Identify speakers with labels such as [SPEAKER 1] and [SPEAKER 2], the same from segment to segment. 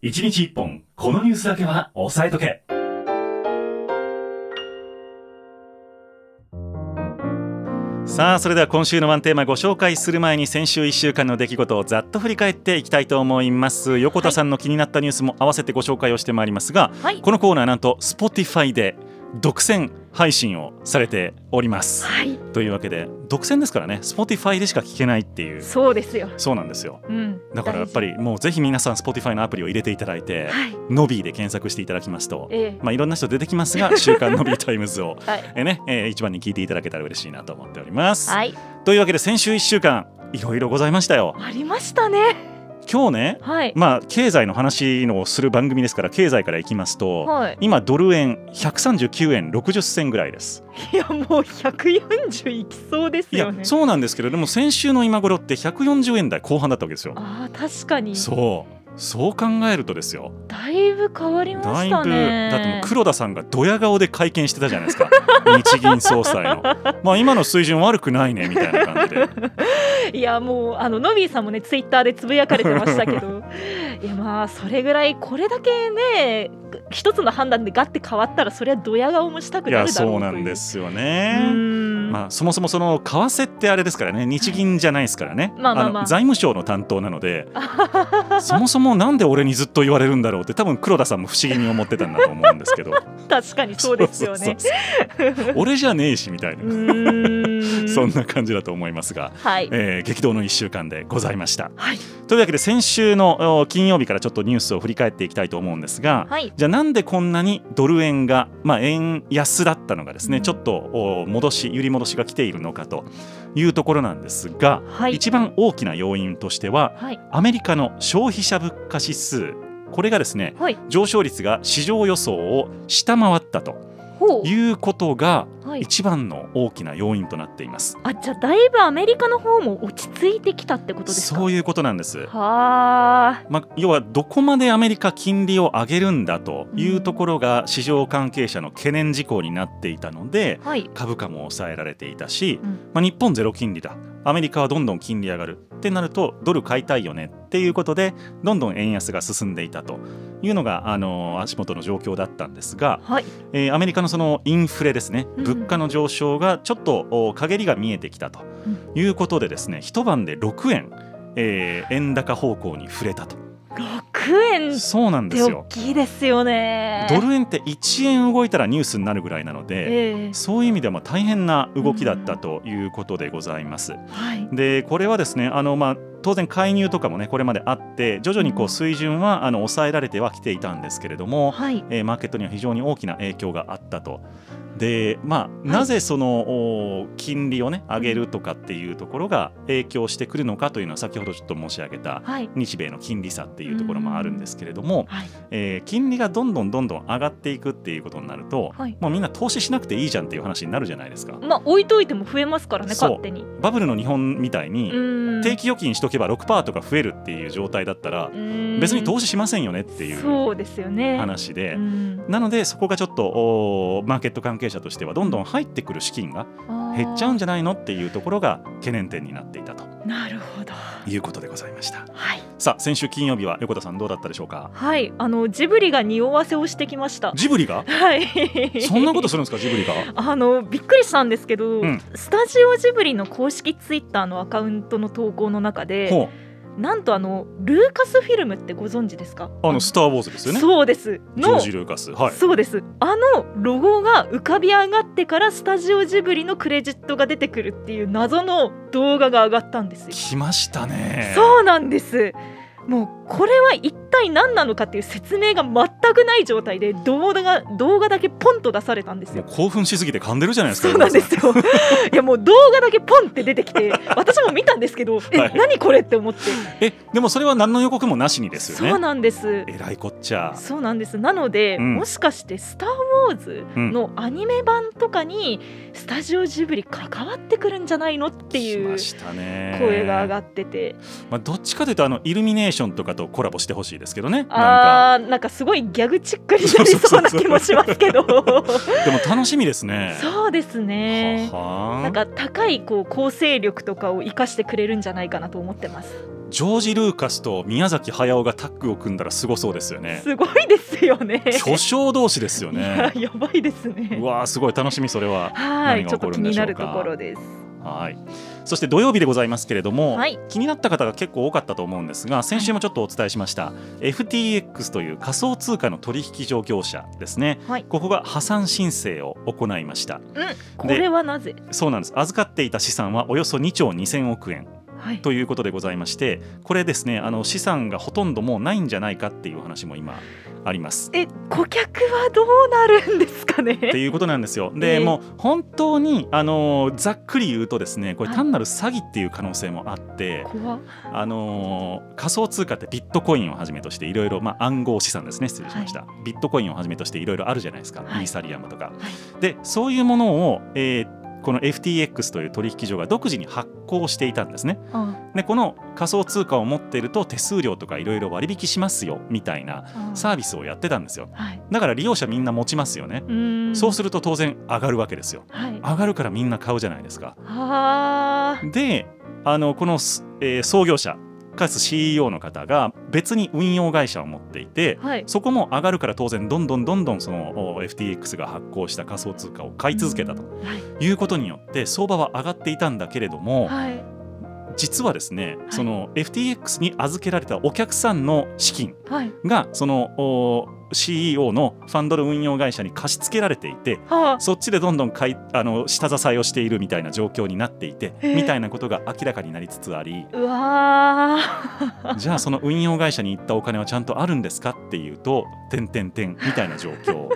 [SPEAKER 1] 1日1本、このニュースだけは押さえとけ。さあそれでは今週のワンテーマご紹介する前に先週1週間の出来事をざっと振り返っていきたいと思います横田さんの気になったニュースも合わせてご紹介をしてまいりますが、
[SPEAKER 2] はい
[SPEAKER 1] このコーナーなんと Spotify で独占配信をされております
[SPEAKER 2] はい、
[SPEAKER 1] というわけで独占ですからね Spotify でしか聞けないっていう
[SPEAKER 2] そうですよ。
[SPEAKER 1] そうなんですよ
[SPEAKER 2] うん、
[SPEAKER 1] だからやっぱりもうぜひ皆さん Spotify のアプリを入れていただいて、
[SPEAKER 2] 大事。はい、
[SPEAKER 1] ノビーで検索していただきますと、
[SPEAKER 2] え
[SPEAKER 1] まあ、いろんな人出てきます が「週刊ノビータイムズを」
[SPEAKER 2] え、はい、
[SPEAKER 1] えーねえー一番に聞いていただけたら嬉しいなと思っております。
[SPEAKER 2] はい、
[SPEAKER 1] というわけで先週1週間いろいろございましたよ。
[SPEAKER 2] ありましたね。
[SPEAKER 1] 今日ね、
[SPEAKER 2] はい、
[SPEAKER 1] まあ、経済の話のをする番組ですから経済からいきますと、
[SPEAKER 2] はい、
[SPEAKER 1] 今ドル円139円60銭ぐらいです。
[SPEAKER 2] いやもう百四十いきそうです
[SPEAKER 1] いや
[SPEAKER 2] よね。
[SPEAKER 1] そうなんですけどでも先週の今頃って140円台後半だったわけですよ。
[SPEAKER 2] ああ確かに
[SPEAKER 1] そうそう考えるとですよ
[SPEAKER 2] だいぶ変わりま
[SPEAKER 1] だい
[SPEAKER 2] し
[SPEAKER 1] ぶ
[SPEAKER 2] たね。
[SPEAKER 1] だってもう黒田さんがドヤ顔で会見してたじゃない ですか日銀総裁のまあ今の水準悪くないねみたいな感じ で
[SPEAKER 2] いやもうあのノビーさんもねツイッターでつぶやかれてましたけ どいやまあそれぐらいこれだけね一つの判断でガッて変わったらそれはドヤ顔もしたく
[SPEAKER 1] い
[SPEAKER 2] な
[SPEAKER 1] や
[SPEAKER 2] るだろう
[SPEAKER 1] そう
[SPEAKER 2] とい
[SPEAKER 1] なんですよ
[SPEAKER 2] う
[SPEAKER 1] ね。
[SPEAKER 2] ーん
[SPEAKER 1] まあ、そもそもその為替ってあれですからね日銀じゃないですからね、
[SPEAKER 2] まあまあまあ
[SPEAKER 1] の財務省の担当なのでそもそもなんで俺にずっと言われるんだろうって多分黒田さんも不思議に思ってたんだと思うんですけど
[SPEAKER 2] 確かに そうですよね。
[SPEAKER 1] そうそうそう俺じゃねえしみたいうな、
[SPEAKER 2] ーん
[SPEAKER 1] そんな感じだと思いますが、
[SPEAKER 2] はい、
[SPEAKER 1] えー激動の1週間でございました。
[SPEAKER 2] はい
[SPEAKER 1] というわけで先週のお金曜日からちょっとニュースを振り返っていきたいと思うんですが、
[SPEAKER 2] はい
[SPEAKER 1] じゃあなんでこんなにドル円が、まあ、円安だったのがですね、
[SPEAKER 2] うん
[SPEAKER 1] ちょっとお戻し揺り戻しが来ているのかというところなんですが、
[SPEAKER 2] はい
[SPEAKER 1] 一番大きな要因としては
[SPEAKER 2] はい
[SPEAKER 1] アメリカの消費者物価指数これがですね
[SPEAKER 2] はい
[SPEAKER 1] 上昇率が市場予想を下回ったと
[SPEAKER 2] ほ
[SPEAKER 1] いうことが
[SPEAKER 2] うはい
[SPEAKER 1] 一番の大きな要因となっています。
[SPEAKER 2] あじゃあだいぶアメリカの方も落ち着いてきたってことですか
[SPEAKER 1] そういうことなんです。
[SPEAKER 2] はあ
[SPEAKER 1] まあ、要はどこまでアメリカ金利を上げるんだというところが市場関係者の懸念事項になっていたので
[SPEAKER 2] はい
[SPEAKER 1] 株価も抑えられていたし
[SPEAKER 2] うん、
[SPEAKER 1] まあ、日本ゼロ金利だアメリカはどんどん金利上がるってなるとドル買いたいよねっていうことでどんどん円安が進んでいたというのがあの足元の状況だったんですが、
[SPEAKER 2] はい
[SPEAKER 1] えーアメリカのそのインフレですね
[SPEAKER 2] うん
[SPEAKER 1] 物価の上昇がちょっとお陰りが見えてきたということでですね一晩で6円、えー円高方向に触れたと。
[SPEAKER 2] 六円
[SPEAKER 1] そうなんで
[SPEAKER 2] です大
[SPEAKER 1] よ。
[SPEAKER 2] きいですよね。
[SPEAKER 1] ドル円って1円動いたらニュースになるぐらいなので、
[SPEAKER 2] ええ
[SPEAKER 1] そういう意味でも大変な動きだったということでございます。
[SPEAKER 2] はい。
[SPEAKER 1] で、これはですね、あのまあ当然介入とかもねこれまであって徐々にこう水準はあの抑えられてはきていたんですけれども、
[SPEAKER 2] はい。
[SPEAKER 1] えーマーケットには非常に大きな影響があったと。でまあ、なぜその、おー金利を、ね、上げるとかっていうところが影響してくるのかというのは先ほどちょっと申し上げた
[SPEAKER 2] はい。
[SPEAKER 1] 日米の金利差っていうところもあるんですけれども、
[SPEAKER 2] はい。
[SPEAKER 1] えー金利がどんどんどんどん上がっていくっていうことになると、
[SPEAKER 2] はい
[SPEAKER 1] もうみんな投資しなくていいじゃんっていう話になるじゃないですか。
[SPEAKER 2] まあ、置いといても増えますからね、
[SPEAKER 1] そう
[SPEAKER 2] 勝手に。
[SPEAKER 1] バブルの日本みたいに、定
[SPEAKER 2] 定
[SPEAKER 1] 期預金しとけば6%とか増えるっていう状態だったら、別に投資しませんよねっていう
[SPEAKER 2] そうですよね。
[SPEAKER 1] 話で。
[SPEAKER 2] うん
[SPEAKER 1] なのでそこがちょっとおーマーケット関係者としてはどんどん入ってくる資金が減っちゃうんじゃないのっていうところが懸念点になっていたと
[SPEAKER 2] あーなるほど。
[SPEAKER 1] いうことでございました
[SPEAKER 2] はい。
[SPEAKER 1] さあ先週金曜日は横田さんどうだったでしょうか
[SPEAKER 2] はい。あの、ジブリが匂わせをしてきました。
[SPEAKER 1] ジブリ が
[SPEAKER 2] はい。
[SPEAKER 1] そんなことするんですかジブリが
[SPEAKER 2] あのびっくりしたんですけど、
[SPEAKER 1] うん
[SPEAKER 2] スタジオジブリの公式ツイッターのアカウントの投稿の中で
[SPEAKER 1] ほう
[SPEAKER 2] なんとあのルーカスフィルムってご存知ですか
[SPEAKER 1] あのスター・ウォーズですよね。
[SPEAKER 2] そうです
[SPEAKER 1] ジョー
[SPEAKER 2] の
[SPEAKER 1] ジ・ルーカス。はい。
[SPEAKER 2] そうですあのロゴが浮かび上がってからスタジオジブリのクレジットが出てくるっていう謎の動画が上がったんですよ、
[SPEAKER 1] 来ましたね。
[SPEAKER 2] そうなんですもうこれは一体何なのかっていう説明が全くない状態で動画が動画だけポンと出されたんです
[SPEAKER 1] もう
[SPEAKER 2] よ
[SPEAKER 1] 興奮しすぎて噛んでるじゃないですか。
[SPEAKER 2] そうなんですよいやもう動画だけポンって出てきて私も見たんですけど、え
[SPEAKER 1] はい
[SPEAKER 2] 何これって思って
[SPEAKER 1] え、でもそれは何の予告もなしにです
[SPEAKER 2] そう
[SPEAKER 1] よね。
[SPEAKER 2] なんです
[SPEAKER 1] えらいこっちゃ。
[SPEAKER 2] そうなんですなので、
[SPEAKER 1] うん
[SPEAKER 2] もしかして「スター・ウォーズ」のアニメ版とかにスタジオジブリ関わってくるんじゃないのって
[SPEAKER 1] 来
[SPEAKER 2] いう
[SPEAKER 1] ましたね。
[SPEAKER 2] 声が上がってて、
[SPEAKER 1] まあどっちかというとあのイルミネーションとかとコラボしてほしいですけどね。なんか
[SPEAKER 2] あーなんかすごいギャグチックになりそうな気もしますけど
[SPEAKER 1] でも楽しみですね。
[SPEAKER 2] そうですね
[SPEAKER 1] はは
[SPEAKER 2] なんか高いこう構成力とかを生かしてくれるんじゃないかなと思ってます
[SPEAKER 1] ジョージ・ルーカスと宮崎駿がタッグを組んだらすごそうですよね。
[SPEAKER 2] すごいですよね。
[SPEAKER 1] 巨匠同士ですよ
[SPEAKER 2] いや
[SPEAKER 1] ね。
[SPEAKER 2] やばいですね。
[SPEAKER 1] うわーすごい楽しみそれは。
[SPEAKER 2] は
[SPEAKER 1] 何
[SPEAKER 2] い、
[SPEAKER 1] が
[SPEAKER 2] ちょ
[SPEAKER 1] 起こと
[SPEAKER 2] っ
[SPEAKER 1] る
[SPEAKER 2] 気
[SPEAKER 1] んで
[SPEAKER 2] に
[SPEAKER 1] しょ
[SPEAKER 2] な
[SPEAKER 1] うか
[SPEAKER 2] るところです。
[SPEAKER 1] はい。そして土曜日でございますけれども、
[SPEAKER 2] はい
[SPEAKER 1] 気になった方が結構多かったと思うんですが先週もちょっとお伝えしました、FTX という仮想通貨の取引所業者ですね、
[SPEAKER 2] はい
[SPEAKER 1] ここが破産申請を行いました
[SPEAKER 2] これはなぜ？
[SPEAKER 1] そうなんです預かっていた資産はおよそ2兆2000億円
[SPEAKER 2] はい。
[SPEAKER 1] ということでございましてこれですねあの資産がほとんどもうないんじゃないかっていうお話も今あります。
[SPEAKER 2] え、顧客はどうなるんですか
[SPEAKER 1] って
[SPEAKER 2] ね。
[SPEAKER 1] いうことなんですよ。で、
[SPEAKER 2] えー
[SPEAKER 1] もう本当にあのーざっくり言うとですねこれ
[SPEAKER 2] はい
[SPEAKER 1] 単なる詐欺っていう可能性もあって、
[SPEAKER 2] 怖っ
[SPEAKER 1] あのー仮想通貨ってビットコインをはじめとしていろいろ、まあ、暗号資産ですね失礼しました、ビットコインをはじめとしていろいろあるじゃないですか、
[SPEAKER 2] はい
[SPEAKER 1] イーサリアムとか。でそういうものを、えーこの FTX という取引所が独自に発行していたんですね。
[SPEAKER 2] あ
[SPEAKER 1] でこの仮想通貨を持っていると手数料とかいろいろ割引しますよみたいな
[SPEAKER 2] あ
[SPEAKER 1] サービスをやってたんですよ
[SPEAKER 2] はい。
[SPEAKER 1] だから利用者みんな持ちますよね
[SPEAKER 2] うーん。
[SPEAKER 1] そうすると当然上がるわけですよ
[SPEAKER 2] はい。
[SPEAKER 1] 上がるからみんな買うじゃないですか
[SPEAKER 2] あー
[SPEAKER 1] であのこの、えー創業者かつ CEO の方が別に運用会社を持っていて
[SPEAKER 2] はい。
[SPEAKER 1] そこも上がるから当然どんどんどんどんそのお FTX が発行した仮想通貨を買い続けたと
[SPEAKER 2] はい。
[SPEAKER 1] いうことによって相場は上がっていたんだけれども、
[SPEAKER 2] はい。
[SPEAKER 1] 実はですね、
[SPEAKER 2] い
[SPEAKER 1] その FTX に預けられたお客さんの資金
[SPEAKER 2] はい。
[SPEAKER 1] がそのお CEO のファンドの運用会社に貸し付けられていて
[SPEAKER 2] はあ。
[SPEAKER 1] そっちでどんどん買いあの下支えをしているみたいな状況になっていて、
[SPEAKER 2] へえ
[SPEAKER 1] みたいなことが明らかになりつつあ り
[SPEAKER 2] うわー。
[SPEAKER 1] じゃあその運用会社に行ったお金はちゃんとあるんですかっていうと「てんてんてん」みたいな状 況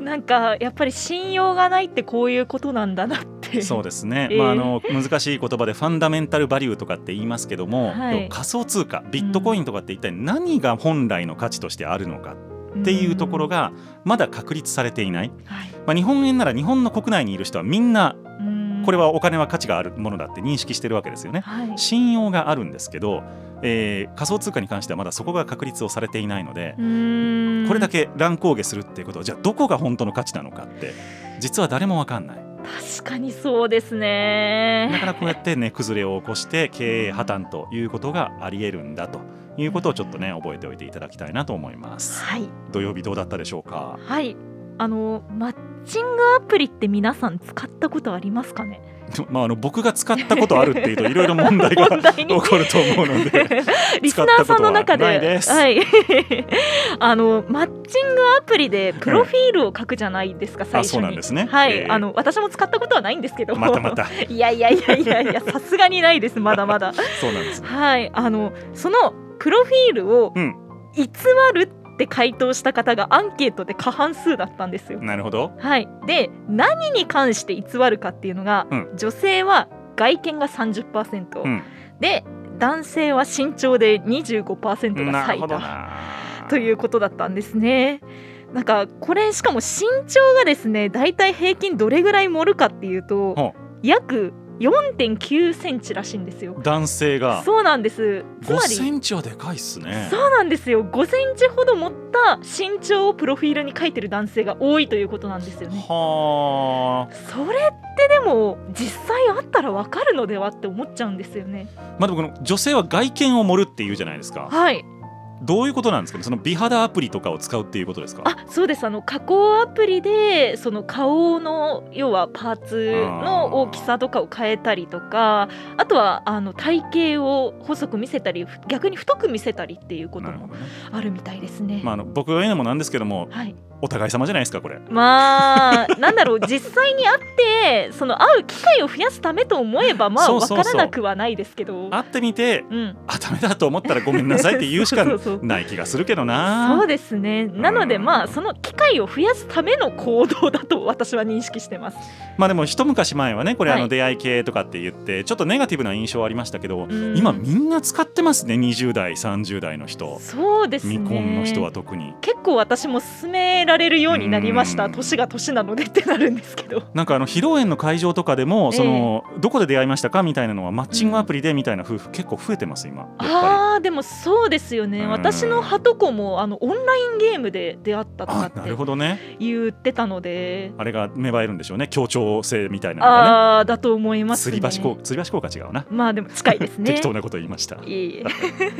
[SPEAKER 2] なんかやっぱり信用がないってこういうことなんだなって。
[SPEAKER 1] そうですね、
[SPEAKER 2] ええ
[SPEAKER 1] まあ、あの難しい言葉で「ファンダメンタルバリュー」とかって言いますけども、
[SPEAKER 2] はい
[SPEAKER 1] でも仮想通貨ビットコインとかって一体何が本来の価値としてあるのかっていうところがまだ確立されていない、
[SPEAKER 2] うん。はい。
[SPEAKER 1] まあ、日本円なら日本の国内にいる人はみんな
[SPEAKER 2] うん
[SPEAKER 1] これ。はお金は価値があるものだって認識してるわけですよね。
[SPEAKER 2] はい。
[SPEAKER 1] 信用があるんですけど、えー仮想通貨に関してはまだそこが確立をされていないので
[SPEAKER 2] う、ーん
[SPEAKER 1] これだけ乱高下するっていうことはじゃあどこが本当の価値なのかって実は誰もわかんない
[SPEAKER 2] 確かにそうです
[SPEAKER 1] だ
[SPEAKER 2] ね。
[SPEAKER 1] からこうやって値崩れを起こして経営破綻ということがありえるんだということをちょっとね覚えておいていただきたいなと思います
[SPEAKER 2] はい
[SPEAKER 1] 土曜日どうだったでしょうか
[SPEAKER 2] はい。あのマッチングアプリって皆さん使ったことありますかね。
[SPEAKER 1] でもまあ、あの僕が使ったことあるっていうといろいろ問題が
[SPEAKER 2] 問題に
[SPEAKER 1] 起こると思うの で
[SPEAKER 2] リスナーさんの中
[SPEAKER 1] 使ったこ
[SPEAKER 2] で
[SPEAKER 1] とはないです
[SPEAKER 2] い あのマッチングアプリでプロフィールを書くじゃないですか、最初に
[SPEAKER 1] そうなんですね
[SPEAKER 2] はい、
[SPEAKER 1] ええ
[SPEAKER 2] あの私も使ったことはないんですけど
[SPEAKER 1] またまた
[SPEAKER 2] いやいやいやいやいやさすがにないですまだ まだ
[SPEAKER 1] そうなんです
[SPEAKER 2] はいあのそのプロフィールを
[SPEAKER 1] うん
[SPEAKER 2] 偽るって回答した方がアンケートで過半数だったんですよ
[SPEAKER 1] なるほど
[SPEAKER 2] はいで何に関して偽るかっていうのが、
[SPEAKER 1] うん
[SPEAKER 2] 女性は外見が30%、
[SPEAKER 1] うん
[SPEAKER 2] で男性は身長で25%が
[SPEAKER 1] なる
[SPEAKER 2] 最
[SPEAKER 1] ほど
[SPEAKER 2] 多
[SPEAKER 1] な
[SPEAKER 2] ということだったんですね。なんかこれしかも身長がですねだいたい平均どれぐらい盛るかっていうと
[SPEAKER 1] ほ
[SPEAKER 2] 約4.9センチらしいんですよ。
[SPEAKER 1] 男性が
[SPEAKER 2] そうなんですつ
[SPEAKER 1] 5
[SPEAKER 2] ま
[SPEAKER 1] セ
[SPEAKER 2] り
[SPEAKER 1] ンチはでかいっすね
[SPEAKER 2] そうなんですよ5センチほど盛った身長をプロフィールに書いてる男性が多いということなんですよね。
[SPEAKER 1] はあ
[SPEAKER 2] それってでも実際あったらわかるのではって思っちゃうんですよね。
[SPEAKER 1] まあでもこの女性は外見を盛るっていうじゃないですか
[SPEAKER 2] はい
[SPEAKER 1] どういうことなんですかねその美肌アプリとかを使うっていうことですか
[SPEAKER 2] あそうですあの加工アプリでその顔の要はパーツの大きさとかを変えたりとかあとはあの体型を細く見せたりふ逆に太く見せたりっていうこと
[SPEAKER 1] なるほ
[SPEAKER 2] も
[SPEAKER 1] どね
[SPEAKER 2] あるみたいですね。
[SPEAKER 1] まああの僕が言うのもなんですけども
[SPEAKER 2] はい、
[SPEAKER 1] お互い様じゃないですかこれ
[SPEAKER 2] まあなんだ ろう実際に会ってその会う機会を増やすためと思えばまあ
[SPEAKER 1] そう
[SPEAKER 2] わ
[SPEAKER 1] そうそう
[SPEAKER 2] からなくはないですけど
[SPEAKER 1] 会ってみて
[SPEAKER 2] うん
[SPEAKER 1] あダメだと思ったらごめんなさいって言う しか
[SPEAKER 2] そうそうそう
[SPEAKER 1] ない気がするけどな
[SPEAKER 2] そうですねなので
[SPEAKER 1] うん
[SPEAKER 2] まあその機会を増やすための行動だと私は認識してます。
[SPEAKER 1] まあでも一昔前はねこれあ
[SPEAKER 2] は
[SPEAKER 1] の
[SPEAKER 2] い
[SPEAKER 1] 出会い系とかって言ってちょっとネガティブな印象はありましたけど、
[SPEAKER 2] うん
[SPEAKER 1] 今みんな使ってますね20代30代の人、
[SPEAKER 2] そうですね
[SPEAKER 1] 未婚の人は特に
[SPEAKER 2] 結構私も勧められるようになりまし
[SPEAKER 1] う
[SPEAKER 2] た
[SPEAKER 1] ん
[SPEAKER 2] 年が年なのでってなるんですけ ど
[SPEAKER 1] なんかあの披露宴の会場とかでも
[SPEAKER 2] ええ
[SPEAKER 1] その、どこで出会いましたかみたいなのはマッチングアプリでみたいな夫婦結構増えてます今やっぱ
[SPEAKER 2] あああでもそうですよね、
[SPEAKER 1] うん
[SPEAKER 2] 私のハトコもあのオンラインゲームで出会ったとか
[SPEAKER 1] あ
[SPEAKER 2] っ
[SPEAKER 1] なる
[SPEAKER 2] て
[SPEAKER 1] ほどね
[SPEAKER 2] 言ってたので
[SPEAKER 1] あれが芽生えるんでしょうね協調性みたいなのがね
[SPEAKER 2] ああだと思います
[SPEAKER 1] 吊
[SPEAKER 2] ね
[SPEAKER 1] り橋効吊り橋効果違うな、
[SPEAKER 2] まあでも近いですね
[SPEAKER 1] 適当なこと言いました
[SPEAKER 2] いえいえ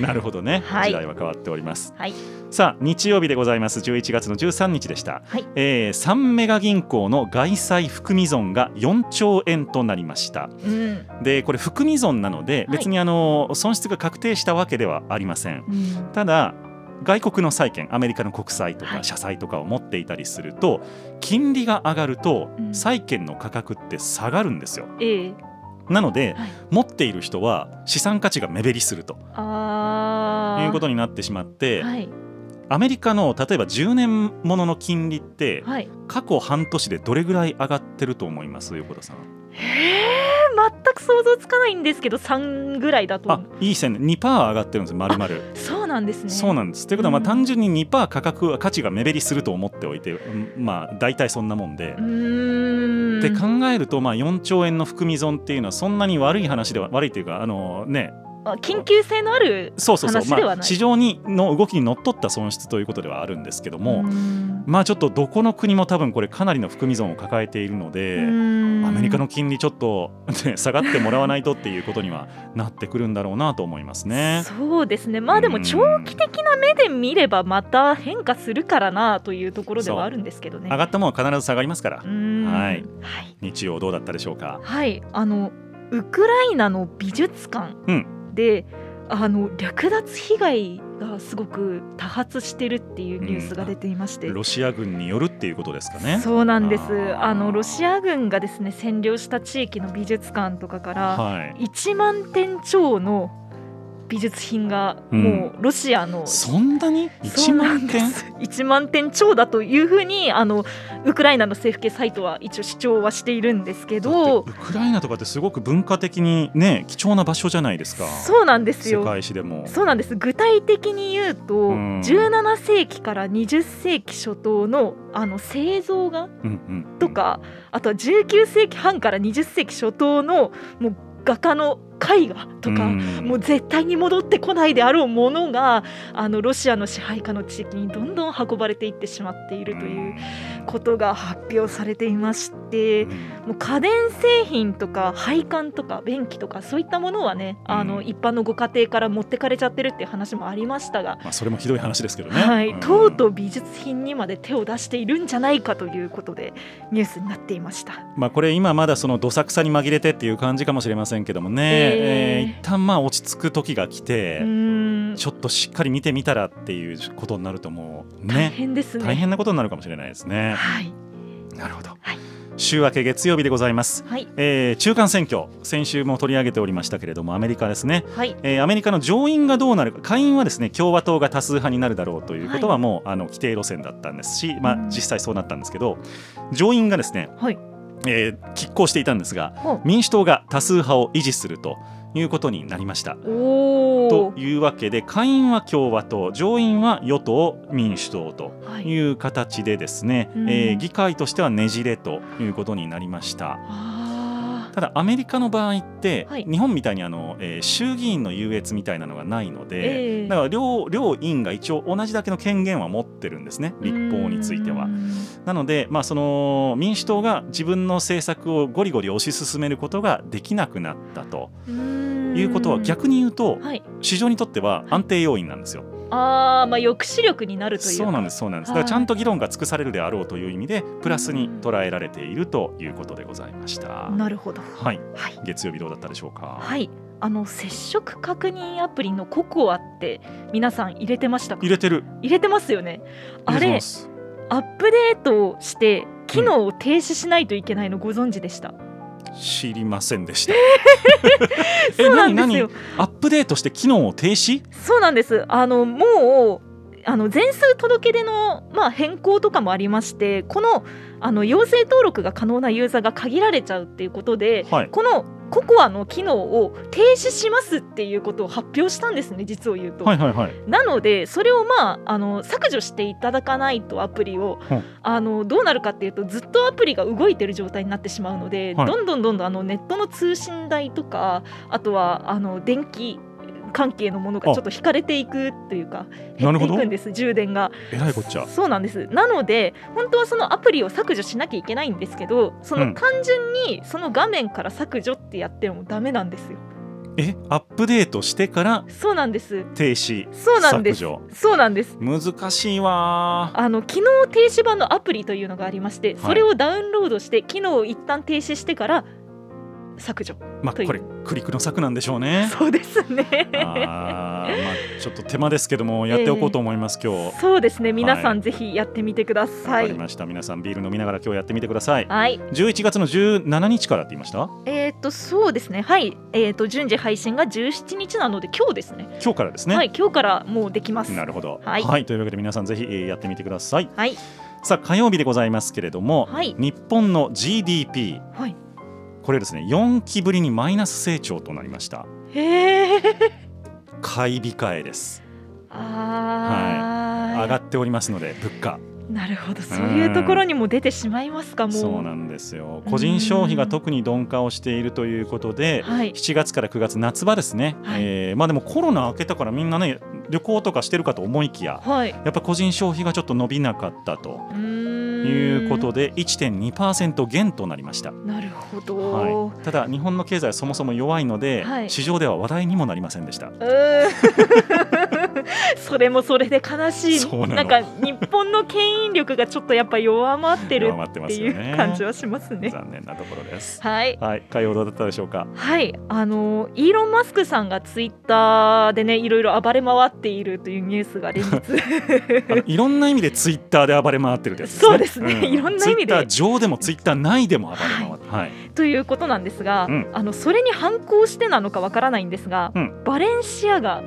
[SPEAKER 1] なるほどね、
[SPEAKER 2] はい
[SPEAKER 1] 時代は変わっております
[SPEAKER 2] はい
[SPEAKER 1] さあ日曜日でございます11月の13日でした、
[SPEAKER 2] はい
[SPEAKER 1] えー、3メガ銀行の外債含み損が4兆円となりました
[SPEAKER 2] うん
[SPEAKER 1] でこれ含み損なので
[SPEAKER 2] はい
[SPEAKER 1] 別にあの損失が確定したわけではありません
[SPEAKER 2] うん
[SPEAKER 1] ただ外国の債券アメリカの国債と
[SPEAKER 2] は
[SPEAKER 1] か
[SPEAKER 2] い
[SPEAKER 1] 社債とかを持っていたりすると金利が上がると
[SPEAKER 2] うん
[SPEAKER 1] 債券の価格って下がるんですよ
[SPEAKER 2] ええ
[SPEAKER 1] なので
[SPEAKER 2] はい
[SPEAKER 1] 持っている人は資産価値が目減りすると
[SPEAKER 2] ああ
[SPEAKER 1] いうことになってしまって
[SPEAKER 2] はい
[SPEAKER 1] アメリカの例えば10年ものの金利って
[SPEAKER 2] はい
[SPEAKER 1] 過去半年でどれぐらい上がってると思います横田さん
[SPEAKER 2] ええ全く想像つかないんですけど3ぐらいだと
[SPEAKER 1] あ
[SPEAKER 2] 思う
[SPEAKER 1] いい線2%上がってるんですまるまる
[SPEAKER 2] そうなんですね
[SPEAKER 1] そうなんですということはまあ
[SPEAKER 2] うん
[SPEAKER 1] 単純に2%価格は価値が目減りすると思っておいてうんまあ大体そんなもんで
[SPEAKER 2] うーん
[SPEAKER 1] って考えると、まあ、4兆円の含み損っていうのはそんなに悪い話では悪いというかあの、ね、
[SPEAKER 2] あ緊急性のある
[SPEAKER 1] そうそうそう、
[SPEAKER 2] 話ではない
[SPEAKER 1] まあ、市場にの動きにのっとった損失ということではあるんですけども、
[SPEAKER 2] う
[SPEAKER 1] まあ、ちょっとどこの国も多分これかなりの含み損を抱えているので。
[SPEAKER 2] ーん
[SPEAKER 1] アメリカの金利ちょっと、ね、下がってもらわないとっていうことにはなってくるんだろうなと思いますね。
[SPEAKER 2] そうですねまあでも
[SPEAKER 1] うん
[SPEAKER 2] 長期的な目で見ればまた変化するからなというところではあるんですけどね
[SPEAKER 1] 上がったものは必ず下がりますから
[SPEAKER 2] うーん
[SPEAKER 1] は
[SPEAKER 2] はいい、
[SPEAKER 1] 日曜どうだったでしょうか。
[SPEAKER 2] はい、あのウクライナの美術館
[SPEAKER 1] う
[SPEAKER 2] で、あの略奪被害がすごく多発してるっていうニュースが出ていまして、
[SPEAKER 1] ロシア軍によるっていうことですかね。
[SPEAKER 2] そうなんです
[SPEAKER 1] あー
[SPEAKER 2] あのロシア軍がですね占領した地域の美術館とかから、
[SPEAKER 1] はい、
[SPEAKER 2] 1万点超の美術品が
[SPEAKER 1] うん
[SPEAKER 2] もうロシアの、
[SPEAKER 1] そんなに
[SPEAKER 2] そ
[SPEAKER 1] 1
[SPEAKER 2] うなん
[SPEAKER 1] 万
[SPEAKER 2] で
[SPEAKER 1] 点
[SPEAKER 2] す1万点超だというふうにあのウクライナの政府系サイトは一応主張はしているんですけ
[SPEAKER 1] だっ
[SPEAKER 2] ど
[SPEAKER 1] てウクライナとかってすごく文化的にね貴重な場所じゃないですか
[SPEAKER 2] そうなんです
[SPEAKER 1] 世
[SPEAKER 2] よ
[SPEAKER 1] 界史でも
[SPEAKER 2] そうなんです具体的に言うと、
[SPEAKER 1] ん
[SPEAKER 2] 17世紀から20世紀初頭のあの製造画
[SPEAKER 1] うんうん
[SPEAKER 2] とか、あとは19世紀半から20世紀初頭のもう画家の絵画とか、
[SPEAKER 1] ん
[SPEAKER 2] もう絶対に戻ってこないであろうものがあのロシアの支配下の地域にどんどん運ばれていってしまっているということが発表されていまして
[SPEAKER 1] う。ん
[SPEAKER 2] もう家電製品とか配管とか便器とかそういったものはね、あ
[SPEAKER 1] う
[SPEAKER 2] の
[SPEAKER 1] ん
[SPEAKER 2] 一般のご家庭から持ってかれちゃってるっていう話もありましたが、
[SPEAKER 1] まあ、それもひどい話ですけどね、
[SPEAKER 2] はい
[SPEAKER 1] ん
[SPEAKER 2] とうとう美術品にまで手を出しているんじゃないかということでニュースになっていました。
[SPEAKER 1] まあ、これ今まだそのどさくさに紛れてっていう感じかもしれませんけどもね、
[SPEAKER 2] え
[SPEAKER 1] えー
[SPEAKER 2] ー
[SPEAKER 1] 一旦まあ落ち着く時が来
[SPEAKER 2] う
[SPEAKER 1] て、
[SPEAKER 2] ーん
[SPEAKER 1] ちょっとしっかり見てみたらっていうことになるともう
[SPEAKER 2] 大
[SPEAKER 1] ね
[SPEAKER 2] 変ですね。
[SPEAKER 1] 大変なことになるかもしれないですね。
[SPEAKER 2] はい
[SPEAKER 1] なるほど、
[SPEAKER 2] はい
[SPEAKER 1] 週明け月曜日でございます、
[SPEAKER 2] はい
[SPEAKER 1] えー中間選挙先週も取り上げておりましたけれどもアメリカですね
[SPEAKER 2] はい
[SPEAKER 1] えーアメリカの上院がどうなるか下院はですね共和党が多数派になるだろうということ
[SPEAKER 2] は
[SPEAKER 1] はいもう、あの規定路線だったんですし、まあ
[SPEAKER 2] う、ん
[SPEAKER 1] 実際そうなったんですけど上院がですね、
[SPEAKER 2] はい
[SPEAKER 1] えー拮抗していたんですが
[SPEAKER 2] ほう
[SPEAKER 1] 民主党が多数派を維持するということになりました。
[SPEAKER 2] お
[SPEAKER 1] と
[SPEAKER 2] お、
[SPEAKER 1] いうわけで下院は共和党上院は与党民主党と
[SPEAKER 2] はい
[SPEAKER 1] いう形でですね、
[SPEAKER 2] うん
[SPEAKER 1] えー議会としてはねじれということになりました。
[SPEAKER 2] あー
[SPEAKER 1] ただアメリカの場合って、
[SPEAKER 2] はい
[SPEAKER 1] 日本みたいにあの、えー衆議院の優越みたいなのがないので、
[SPEAKER 2] ええ
[SPEAKER 1] だから両両院が一応同じだけの権限は持ってるんですね立法については
[SPEAKER 2] うー。ん
[SPEAKER 1] なので、まあ、その民主党が自分の政策をゴリゴリ推し進めることができなくなったと
[SPEAKER 2] うーん
[SPEAKER 1] いうことは逆に言うと
[SPEAKER 2] はい
[SPEAKER 1] 市場にとっては安定要因なんですよ。
[SPEAKER 2] あーまあ抑止力になるというか
[SPEAKER 1] そうなんですそうなんですだから
[SPEAKER 2] はい
[SPEAKER 1] ちゃんと議論が尽くされるであろうという意味でプラスに捉えられているということでございました。
[SPEAKER 2] なるほど
[SPEAKER 1] はい、
[SPEAKER 2] はい、
[SPEAKER 1] 月曜日どうだったでしょうか。
[SPEAKER 2] はい、あの接触確認アプリのココアって皆さん入れてましたか
[SPEAKER 1] 入れてる
[SPEAKER 2] 入れてますよねあ
[SPEAKER 1] 入て
[SPEAKER 2] れ
[SPEAKER 1] ます
[SPEAKER 2] アップデートして機能を停止しないといけないのご存知でした、
[SPEAKER 1] 知りませんでした。
[SPEAKER 2] そうなんですよ
[SPEAKER 1] 何アップデートして機能を停止？
[SPEAKER 2] そうなんですあのもうあの全数届出の、まあ、変更とかもありましてこのあの陽性登録が可能なユーザーが限られちゃうっていうことで
[SPEAKER 1] はい。
[SPEAKER 2] このココアの機能を停止しますっていうことを発表したんですね実を言うと。
[SPEAKER 1] はいはいはい。
[SPEAKER 2] なのでそれをまああの削除していただかないとアプリを、
[SPEAKER 1] うん
[SPEAKER 2] あのどうなるかっていうとずっとアプリが動いてる状態になってしまうので、
[SPEAKER 1] はい
[SPEAKER 2] どんどんどんどんあのネットの通信代とかあとはあの電気関係のものがちょっと引かれていくというか
[SPEAKER 1] な
[SPEAKER 2] 減
[SPEAKER 1] る
[SPEAKER 2] って
[SPEAKER 1] ほ
[SPEAKER 2] い
[SPEAKER 1] ど
[SPEAKER 2] くんです充電が
[SPEAKER 1] えらいこっちゃ
[SPEAKER 2] そうなんですなので本当はそのアプリを削除しなきゃいけないんですけどそ
[SPEAKER 1] うん
[SPEAKER 2] の単純にその画面から削除ってやってもダメなんですよ
[SPEAKER 1] えアップデートしてから
[SPEAKER 2] そうなんです
[SPEAKER 1] 停止
[SPEAKER 2] そうなんです
[SPEAKER 1] 削
[SPEAKER 2] そうなんです
[SPEAKER 1] 難しいわー
[SPEAKER 2] あの機能停止版のアプリというのがありまして、それをダウンロードして機能を一旦停止してから削除
[SPEAKER 1] まあ
[SPEAKER 2] という
[SPEAKER 1] これクリックの策なんでしょうね
[SPEAKER 2] そうですね
[SPEAKER 1] あーまあちょっと手間ですけどもやっておこうと思います、今日
[SPEAKER 2] そうですね皆さ
[SPEAKER 1] は
[SPEAKER 2] んぜひやってみてくださ
[SPEAKER 1] わか
[SPEAKER 2] い
[SPEAKER 1] りました皆さんビール飲みながら今日やってみてください
[SPEAKER 2] はい、
[SPEAKER 1] 11月の17日からって言いました
[SPEAKER 2] えっ、とそうですねはいえっ、と順次配信が17日なので今日ですね
[SPEAKER 1] 今日からですね、
[SPEAKER 2] はい今日からもうできます
[SPEAKER 1] なるほど、
[SPEAKER 2] はい
[SPEAKER 1] というわけで皆さんぜひえーやってみてください
[SPEAKER 2] はい
[SPEAKER 1] さあ火曜日でございますけれども、
[SPEAKER 2] はい
[SPEAKER 1] 日本の GDP
[SPEAKER 2] はい
[SPEAKER 1] これですね4期ぶりにマイナス成長となりました
[SPEAKER 2] へえ
[SPEAKER 1] 買い控えです
[SPEAKER 2] あー、
[SPEAKER 1] 上がっておりますので物価
[SPEAKER 2] なるほどそういうところにも出てしまいますかもう
[SPEAKER 1] そうなんですよ個人消費が特に鈍化をしているということで
[SPEAKER 2] はい
[SPEAKER 1] 7月から9月夏場ですね、
[SPEAKER 2] はい
[SPEAKER 1] えーまあでもコロナ明けたからみんなね旅行とかしてるかと思いきや
[SPEAKER 2] はい
[SPEAKER 1] やっぱ個人消費がちょっと伸びなかったと
[SPEAKER 2] うーん
[SPEAKER 1] いうことで1.2%減となりました、
[SPEAKER 2] なるほど、
[SPEAKER 1] はい、ただ日本の経済はそもそも弱いので、
[SPEAKER 2] はい
[SPEAKER 1] 市場では話題にもなりませんでした
[SPEAKER 2] うーん それもそれで悲し
[SPEAKER 1] そう
[SPEAKER 2] い
[SPEAKER 1] なの
[SPEAKER 2] んか日本の牽引力がちょっとやっぱ弱まってる
[SPEAKER 1] 弱まってま
[SPEAKER 2] って
[SPEAKER 1] す
[SPEAKER 2] い
[SPEAKER 1] よ
[SPEAKER 2] う感じ
[SPEAKER 1] ね
[SPEAKER 2] はしますね。
[SPEAKER 1] 残念なところです
[SPEAKER 2] はい
[SPEAKER 1] はい火曜どうだったでしょうか
[SPEAKER 2] はい、あのイーロン・マスクさんがツイッターでねいろいろ暴れ回っているというニュースが 連日
[SPEAKER 1] あのいろんな意味でツイッターで暴れ回ってるってやつですね。
[SPEAKER 2] そうですねいろんな意味
[SPEAKER 1] ツイ
[SPEAKER 2] で
[SPEAKER 1] ッター上でもツイッター内でも暴れ回って、はい
[SPEAKER 2] ということなんですが、
[SPEAKER 1] うん
[SPEAKER 2] あのそれに反抗してなのかわからないんですが、
[SPEAKER 1] うん
[SPEAKER 2] バレンシアガっ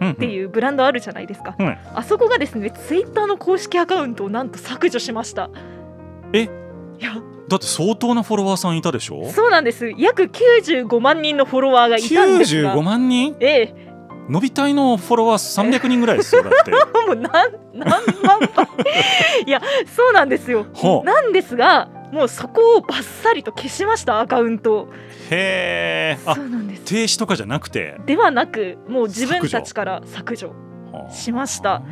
[SPEAKER 1] うん
[SPEAKER 2] ていうブランドあるじゃないですか、
[SPEAKER 1] はい
[SPEAKER 2] あそこがですねツイッターの公式アカウントをなんと削除しました。
[SPEAKER 1] え
[SPEAKER 2] いや
[SPEAKER 1] うんだって相当なフォロワーさんいたでしょ。
[SPEAKER 2] そうなんです約95万人のフォロワーがいたんですが
[SPEAKER 1] 95万人
[SPEAKER 2] ええ
[SPEAKER 1] 伸びたいのフォロワー300人ぐらいですよだって
[SPEAKER 2] もう何何万倍いやそうなんですよ
[SPEAKER 1] ほう
[SPEAKER 2] なんですがもうそこをバッサリと消しましたアカウントを
[SPEAKER 1] へえあ
[SPEAKER 2] そうなんです
[SPEAKER 1] 停止とかじゃなくて
[SPEAKER 2] ではなくもう自分たちから削除しました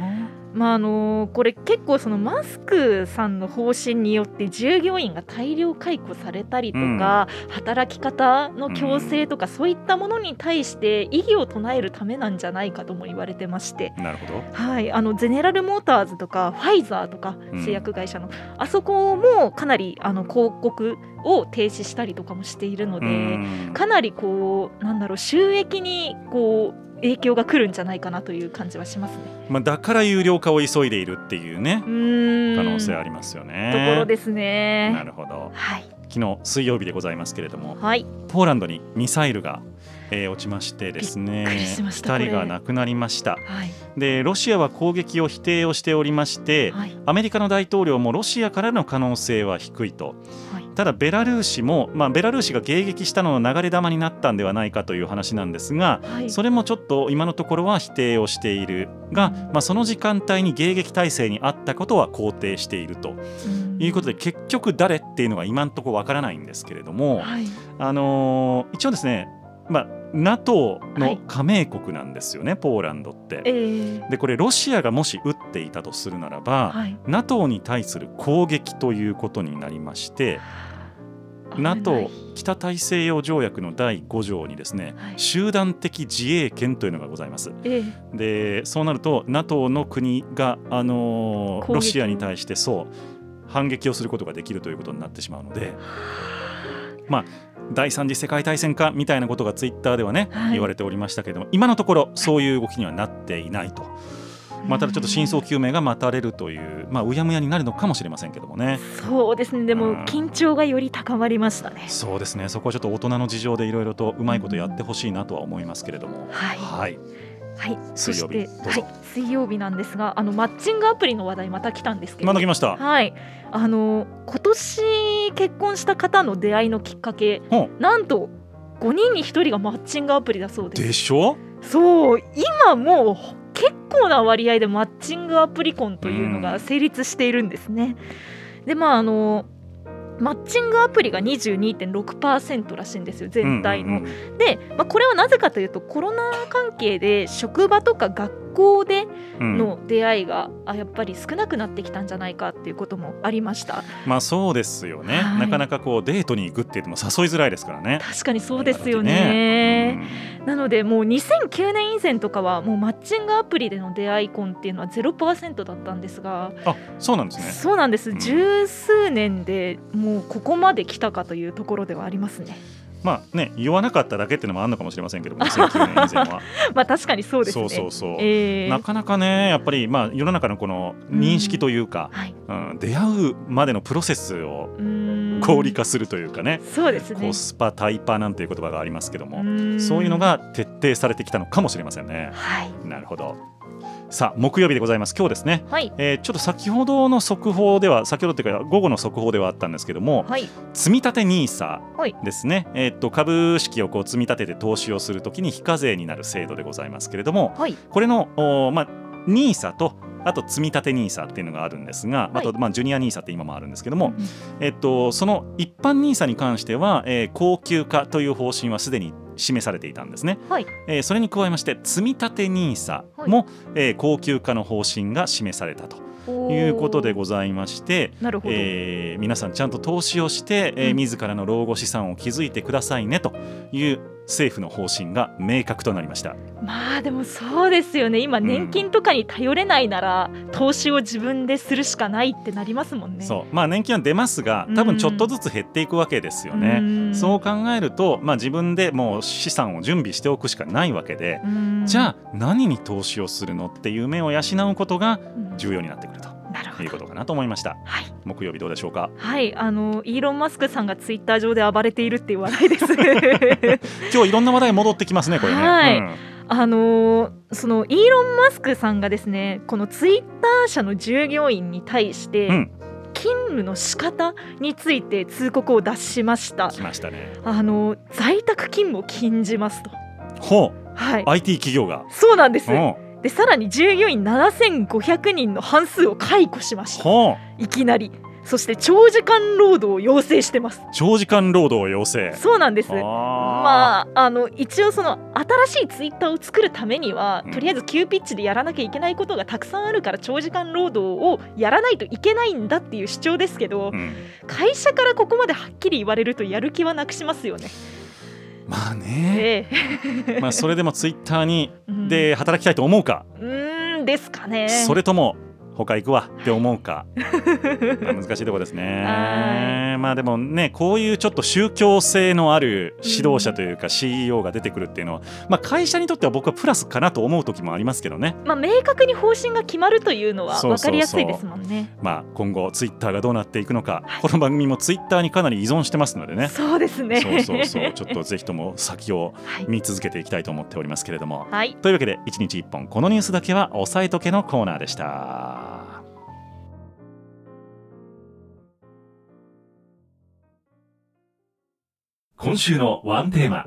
[SPEAKER 2] まああのこれ結構そのマスクさんの方針によって従業員が大量解雇されたりとか、働き方の強制とか、そういったものに対して異議を唱えるためなんじゃないかとも言われてまして
[SPEAKER 1] なるほど
[SPEAKER 2] はい、あのゼネラル・モーターズとかファイザーとか
[SPEAKER 1] うん
[SPEAKER 2] 製薬会社の、あそこもかなりあの広告を停止したりとかもしているの
[SPEAKER 1] う
[SPEAKER 2] で、
[SPEAKER 1] ん
[SPEAKER 2] かなりこうなんだろう収益にこう影響が来るんじゃないかなという感じはしますね。
[SPEAKER 1] まあ、だから有料化を急いでいるっていうね
[SPEAKER 2] うーん
[SPEAKER 1] 可能性ありますよね
[SPEAKER 2] ところです
[SPEAKER 1] な
[SPEAKER 2] ね。
[SPEAKER 1] るほど
[SPEAKER 2] はい、
[SPEAKER 1] 昨日水曜日でございますけれども
[SPEAKER 2] はい、
[SPEAKER 1] ポーランドにミサイルが、えー落ちましてですね
[SPEAKER 2] びっくりしました
[SPEAKER 1] 2人
[SPEAKER 2] こ
[SPEAKER 1] が
[SPEAKER 2] れ
[SPEAKER 1] 亡くなりました
[SPEAKER 2] はい、
[SPEAKER 1] でロシアは攻撃を否定をしておりまして
[SPEAKER 2] はい、
[SPEAKER 1] アメリカの大統領もロシアからの可能性は低いと
[SPEAKER 2] はい、
[SPEAKER 1] ただベラルーシも、まあ、ベラルーシが迎撃したのの流れ玉になったんではないかという話なんですが
[SPEAKER 2] はい、
[SPEAKER 1] それもちょっと今のところは否定をしているが、まあ、その時間帯に迎撃体制にあったことは肯定していると
[SPEAKER 2] うん
[SPEAKER 1] いうことで結局誰っていうのが今のところわからないんですけれども、
[SPEAKER 2] はい、
[SPEAKER 1] あのー一応ですね、まあ、NATO の加盟国なんですよね、ポーランドって。
[SPEAKER 2] えー、
[SPEAKER 1] でこれロシアがもし撃っていたとするならば、
[SPEAKER 2] はい、
[SPEAKER 1] NATO に対する攻撃ということになりまして
[SPEAKER 2] 危ない
[SPEAKER 1] NATO 北大西洋条約の第5条にですね、
[SPEAKER 2] はい
[SPEAKER 1] 集団的自衛権というのがございます。
[SPEAKER 2] えー、
[SPEAKER 1] でそうなると NATO の国が、あのー
[SPEAKER 2] 攻撃
[SPEAKER 1] ロシアに対してそう反撃をすることができるということになってしまうので。まあ第三次世界大戦かみたいなことがツイッターではね、
[SPEAKER 2] はい
[SPEAKER 1] 言われておりましたけれども今のところそういう動きにはなっていないと、まあ、ただちょっと真相究明が待たれるという、まあ、うやむやになるのかもしれませんけどもね
[SPEAKER 2] そうですね。で
[SPEAKER 1] う
[SPEAKER 2] も
[SPEAKER 1] ん
[SPEAKER 2] 緊張がより高まりましたね。
[SPEAKER 1] そうですねそこはちょっと大人の事情でいろいろとうまいことやってほしいなとは思いますけれども。
[SPEAKER 2] はい。
[SPEAKER 1] はい、
[SPEAKER 2] はい。そ
[SPEAKER 1] 水曜日
[SPEAKER 2] して、
[SPEAKER 1] どうぞ
[SPEAKER 2] はい、水曜日なんですが、あのマッチングアプリの話題また来たんですけど。
[SPEAKER 1] まだ来ました。
[SPEAKER 2] はい。あの今年結婚した方の出会いのきっかけ、
[SPEAKER 1] ほ
[SPEAKER 2] なんと5人に1人がマッチングアプリだそう
[SPEAKER 1] う
[SPEAKER 2] です。
[SPEAKER 1] でしょ
[SPEAKER 2] そう、今もう結構な割合でマッチングアプリ婚というの
[SPEAKER 1] う
[SPEAKER 2] が
[SPEAKER 1] ん
[SPEAKER 2] 成立しているんですね。で、まああのマッチングアプリが22.6%らしいんですよ全体の。
[SPEAKER 1] うんうん
[SPEAKER 2] で、まあ、これはなぜかというとコロナ関係で職場とか学校で
[SPEAKER 1] うんうん
[SPEAKER 2] の出会いが、あやっぱり少なくなってきたんじゃないかっていうこともありました
[SPEAKER 1] まあそうですよね、
[SPEAKER 2] はい
[SPEAKER 1] なかなかこうデートに行くって言っても誘いづらいですからね。
[SPEAKER 2] 確かにそうですよ
[SPEAKER 1] ね
[SPEAKER 2] ね、なのでもう2009年以前とかはもうマッチングアプリでの出会い婚っていうのは0%だったんですが、
[SPEAKER 1] うんあそうなんですね。
[SPEAKER 2] そうなんです、
[SPEAKER 1] うん
[SPEAKER 2] 十数年でもうここまで来たかというところではありますね
[SPEAKER 1] まあね言わなかっただけっていうのもあるのかもしれませんけども、2009年 以前は。
[SPEAKER 2] まあ確かにそうです
[SPEAKER 1] そ
[SPEAKER 2] ね
[SPEAKER 1] うそうそう。
[SPEAKER 2] えー
[SPEAKER 1] なかなかねやっぱりまあ世の中のこの認識というか、
[SPEAKER 2] はい、
[SPEAKER 1] うん出会うまでのプロセスを
[SPEAKER 2] うーん
[SPEAKER 1] 合理化するというかね、
[SPEAKER 2] そうですね
[SPEAKER 1] コスパタイパなんていう言葉がありますけども、
[SPEAKER 2] ん
[SPEAKER 1] そういうのが徹底されてきたのかもしれませんね。
[SPEAKER 2] はい
[SPEAKER 1] なるほどさあ木曜日でございます今日ですね、
[SPEAKER 2] はい
[SPEAKER 1] えーちょっと先ほどの速報では先ほどというか午後の速報ではあったんですけども、
[SPEAKER 2] はい
[SPEAKER 1] 積立 NISA
[SPEAKER 2] はい
[SPEAKER 1] ですね、えーっと株式をこう積み立てて投資をするときに非課税になる制度でございますけれども
[SPEAKER 2] はい
[SPEAKER 1] これの、おーまあ、NISA とあと積み立て NISA っていうのがあるんですが、
[SPEAKER 2] はい
[SPEAKER 1] あと、まあ、ジュニア NISA って今もあるんですけども、
[SPEAKER 2] うん
[SPEAKER 1] えっと、その一般 NISA に関しては、えー高級化という方針はすでに示されていたんですね、
[SPEAKER 2] はい
[SPEAKER 1] えーそれに加えまして積み立て NISA も、えー高級化の方針が示されたということで
[SPEAKER 2] お
[SPEAKER 1] ございまして、
[SPEAKER 2] ーなるほど、
[SPEAKER 1] えー皆さんちゃんと投資をして、えー
[SPEAKER 2] うん
[SPEAKER 1] 自らの老後資産を築いてくださいねという政府の方針が明確となりました。
[SPEAKER 2] まあでもそうですよね今
[SPEAKER 1] ん
[SPEAKER 2] 年金とかに頼れないなら、投資を自分でするしかないってなりますもんね。
[SPEAKER 1] そうまあ、年金は出ますが多分ちょっとずつ減っていくわけですよね。
[SPEAKER 2] ね
[SPEAKER 1] そう考えると、まあ、自分でもう資産を準備しておくしかないわけで、じゃあ何に投資をするのっていう面を養うことが
[SPEAKER 2] あ、
[SPEAKER 1] 重要になってくる
[SPEAKER 2] 要なる
[SPEAKER 1] と
[SPEAKER 2] ほ
[SPEAKER 1] いう
[SPEAKER 2] ど
[SPEAKER 1] ことかなと思いました
[SPEAKER 2] はい、
[SPEAKER 1] 木曜日どうでしょうか
[SPEAKER 2] はい、あのイーロン・マスクさんがツイッター上で暴れているっていう話 題です。
[SPEAKER 1] 今日いろんな話題戻ってきますねこれね、
[SPEAKER 2] はい
[SPEAKER 1] うん
[SPEAKER 2] あのそのイーロン・マスクさんがですねこのツイッター社の従業員に対して、
[SPEAKER 1] うん
[SPEAKER 2] 勤務の仕方について通告を出しました。
[SPEAKER 1] 来ましたね
[SPEAKER 2] あの在宅勤務を禁じますと。
[SPEAKER 1] ほ
[SPEAKER 2] はいう
[SPEAKER 1] IT 企業が
[SPEAKER 2] そうなんです。
[SPEAKER 1] ほ
[SPEAKER 2] でさらに従業員7500人の半数を解雇しま
[SPEAKER 1] う
[SPEAKER 2] した
[SPEAKER 1] ほ
[SPEAKER 2] いきなりそして長時間労働を要請してます
[SPEAKER 1] う長時間労働を要請
[SPEAKER 2] そうなんです
[SPEAKER 1] あ
[SPEAKER 2] まああの一応その新しいツイッターを作るためには
[SPEAKER 1] うん
[SPEAKER 2] とりあえず急ピッチでやらなきゃいけないことがたくさんあるから長時間労働をやらないといけないんだっていう主張ですけど
[SPEAKER 1] ー、うん
[SPEAKER 2] 会社からここまではっきり言われるとやる気はなくしますよね。
[SPEAKER 1] まあね、
[SPEAKER 2] ええ
[SPEAKER 1] まあ、それでもツイッターに
[SPEAKER 2] うん
[SPEAKER 1] で働きたいと思うか、
[SPEAKER 2] うーんですかね。
[SPEAKER 1] そ れとも他行くわって思うかまあ難しいところです
[SPEAKER 2] は
[SPEAKER 1] ね。まあでもねこういうちょっと宗教性のある指導者というか CEO が出てくるっていうのは、まあ、会社にとっては僕はプラスかなと思う時もありますけどね、
[SPEAKER 2] まあ、明確に方針が決まるというのは
[SPEAKER 1] そうそうそう
[SPEAKER 2] 分かりやすいですもんね。
[SPEAKER 1] まあ、今後ツイッターがどうなっていくのかこの番組もツイッターにかなり依存してますのでね。
[SPEAKER 2] そうですね。
[SPEAKER 1] そうそうそうちょっとぜひとも先を
[SPEAKER 2] はい、
[SPEAKER 1] 見続けていきたいと思っておりますけれども。
[SPEAKER 2] はい、
[SPEAKER 1] というわけで1日1本このニュースだけは押さえとけのコーナーでした。今週のワンテーマ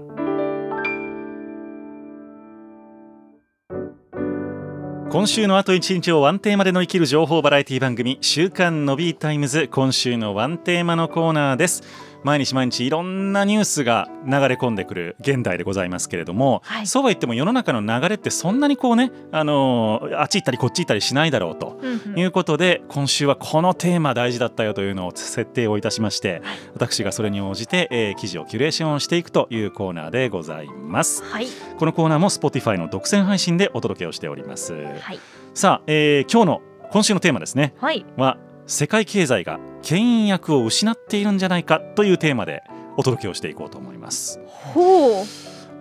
[SPEAKER 1] 今週のあと1日をワンテーマでの生きる情報バラエティ番組「週刊のビータイムズ」今週のワンテーマのコーナーです毎日毎日いろんなニュースが流れ込んでくる現代でございますけれども、
[SPEAKER 2] はい
[SPEAKER 1] そうは言っても世の中の流れってそんなにこうね、あのーあっち行ったりこっち行ったりしないだろうと
[SPEAKER 2] うんうん
[SPEAKER 1] いうことで今週はこのテーマ大事だったよというのを設定をいたしまして私がそれに応じて、えー記事をキュレーションをしていくというコーナーでございます
[SPEAKER 2] はい、
[SPEAKER 1] このコーナーも Spotify の独占配信でお届けをしております
[SPEAKER 2] はい、
[SPEAKER 1] さあ、えー今日の今週のテーマですね
[SPEAKER 2] はい、
[SPEAKER 1] は世界経済が牽引役を失っているんじゃないかというテーマでお届けをしていこうと思います、
[SPEAKER 2] ほう、
[SPEAKER 1] ま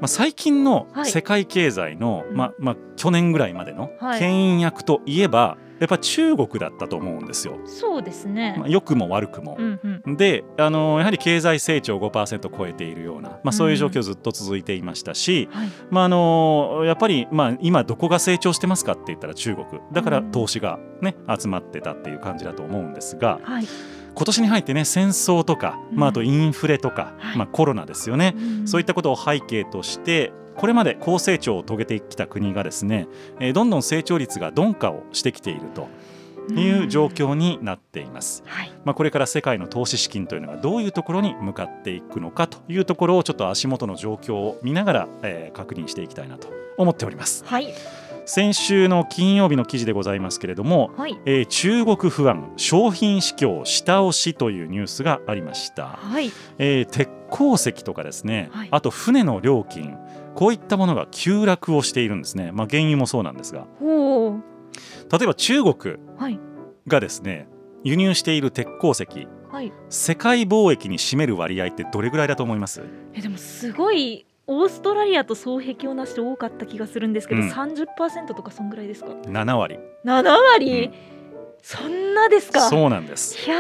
[SPEAKER 1] あ、最近の
[SPEAKER 2] はい
[SPEAKER 1] 世界経済の、
[SPEAKER 2] うん
[SPEAKER 1] まあまあ、去年ぐらいまでの
[SPEAKER 2] はい
[SPEAKER 1] 牽引役といえば、やっぱ中国だったと思うんですよ
[SPEAKER 2] そうですね
[SPEAKER 1] まあ。良くも悪くも
[SPEAKER 2] う。んうん、
[SPEAKER 1] で、あのやはり経済成長5%超えているような、まあ、そういう状況ずっと続いていましたし、
[SPEAKER 2] はい、
[SPEAKER 1] まあ、あのやっぱり、まあ、今どこが成長してますかって言ったら中国だから投資が、ね、集まってたっていう感じだと思うんですが
[SPEAKER 2] はい、
[SPEAKER 1] 今年に入ってね戦争とか、まあ、あとインフレとか、
[SPEAKER 2] はい
[SPEAKER 1] まあ、コロナですよね、
[SPEAKER 2] ん
[SPEAKER 1] そういったことを背景としてこれまで高成長を遂げてきた国がですね、えーどんどん成長率が鈍化をしてきていると。いう状況になっています。
[SPEAKER 2] はい、
[SPEAKER 1] まあ、これから世界の投資資金というのがどういうところに向かっていくのかというところをちょっと足元の状況を見ながら、えー確認していきたいなと思っております
[SPEAKER 2] はい、
[SPEAKER 1] 先週の金曜日の記事でございますけれども、
[SPEAKER 2] はい、
[SPEAKER 1] えー中国不安商品市況下押しというニュースがありました、
[SPEAKER 2] はい、
[SPEAKER 1] えー鉄鉱石とかですね、
[SPEAKER 2] はい
[SPEAKER 1] あと船の料金こういったものが急落をしているんですね、まあ、原油もそうなんですが
[SPEAKER 2] ほう、
[SPEAKER 1] 例えば中国
[SPEAKER 2] はい、
[SPEAKER 1] がですね輸入している鉄鉱石
[SPEAKER 2] はい、
[SPEAKER 1] 世界貿易に占める割合ってどれぐらいだと思います
[SPEAKER 2] え、でも、すごい。オーストラリアと双璧をなして多かった気がするんですけど、
[SPEAKER 1] うん
[SPEAKER 2] 30%とかそんぐらいですか
[SPEAKER 1] 7割
[SPEAKER 2] 7割、
[SPEAKER 1] うん
[SPEAKER 2] そんなですか
[SPEAKER 1] そうなんです
[SPEAKER 2] いや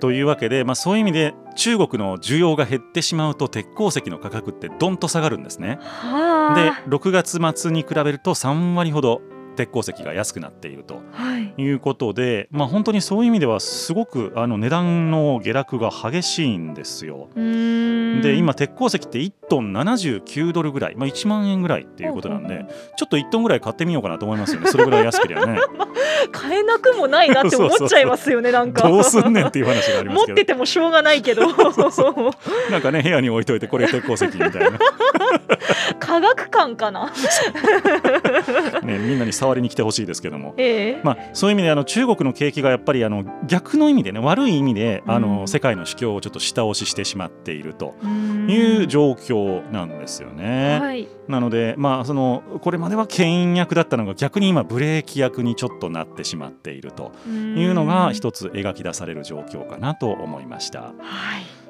[SPEAKER 1] というわけで、まあ、そういう意味で中国の需要が減ってしまうと鉄鉱石の価格ってどんと下がるんですねで
[SPEAKER 2] ーはあ
[SPEAKER 1] 6月末に比べると3割ほど鉄鉱石が安くなっていると
[SPEAKER 2] はい
[SPEAKER 1] いうことで、まあ、本当にそういう意味ではすごくあの値段の下落が激しいんですよ
[SPEAKER 2] うーん
[SPEAKER 1] で今鉄鉱石って1トン79ドルぐらい、まあ、1万円ぐらいっていうことなん
[SPEAKER 2] ほう
[SPEAKER 1] でちょっと1トンぐらい買ってみようかなと思いますよねそれぐらい安ければね
[SPEAKER 2] 買えなくもな いなって思っちゃいますよねなんか
[SPEAKER 1] どうすんねんっていう話がありま
[SPEAKER 2] 持
[SPEAKER 1] す
[SPEAKER 2] っ
[SPEAKER 1] けど
[SPEAKER 2] ててもしょうがないけど
[SPEAKER 1] なんかね部屋に置いといてこれ鉄鉱石みたいな、
[SPEAKER 2] 科学館かな
[SPEAKER 1] ね、みんなに触りに来てほしいですけども。
[SPEAKER 2] ええ
[SPEAKER 1] まあ、そういう意味であの中国の景気がやっぱりあの逆の意味でね悪い意味であ
[SPEAKER 2] うん
[SPEAKER 1] の世界の市況をちょっと下押ししてしまっていると
[SPEAKER 2] うーん
[SPEAKER 1] いう状況なんですよね。
[SPEAKER 2] はい
[SPEAKER 1] なので、まあ、そのこれまでは牽引役だったのが逆に今ブレーキ役にちょっとなってしまっているというのが一つ描き出される状況かなと思いました。
[SPEAKER 2] はい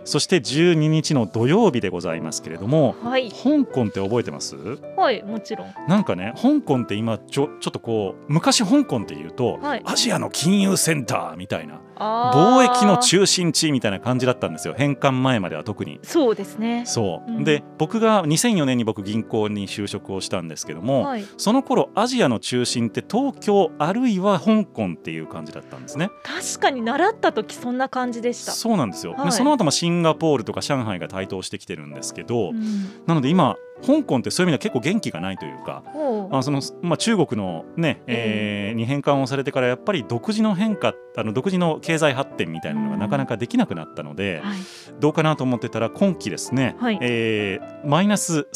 [SPEAKER 1] そして12日の土曜日でございますけれども
[SPEAKER 2] はい
[SPEAKER 1] 香港って覚えてます
[SPEAKER 2] はいもちろん
[SPEAKER 1] なんかね香港って今ちょちょっとこう昔香港っていうと、
[SPEAKER 2] はい
[SPEAKER 1] アジアの金融センターみたいな
[SPEAKER 2] あ
[SPEAKER 1] 貿
[SPEAKER 2] ー
[SPEAKER 1] 易の中心地みたいな感じだったんですよ返還前までは特に。
[SPEAKER 2] そうですね
[SPEAKER 1] そう、
[SPEAKER 2] うん
[SPEAKER 1] で僕が2004年に僕銀行に就職をしたんですけども、
[SPEAKER 2] はい
[SPEAKER 1] その頃アジアの中心って東京あるいは香港っていう感じだったんですね。
[SPEAKER 2] 確かに習った時そんな感じでした
[SPEAKER 1] そうなんですよ、
[SPEAKER 2] はい
[SPEAKER 1] でその後もシンガポールとか上海が台頭してきてるんですけど、
[SPEAKER 2] うん
[SPEAKER 1] なので今香港ってそういう意味では結構元気がないというか、
[SPEAKER 2] ほう
[SPEAKER 1] あそのまあ、中国の、ねえーに返還をされてからやっぱり独自の変化あの独自の経済発展みたいなのがなかなかできなくなったので、
[SPEAKER 2] はい
[SPEAKER 1] どうかなと思ってたら今期ですね、
[SPEAKER 2] はい
[SPEAKER 1] えーマイナス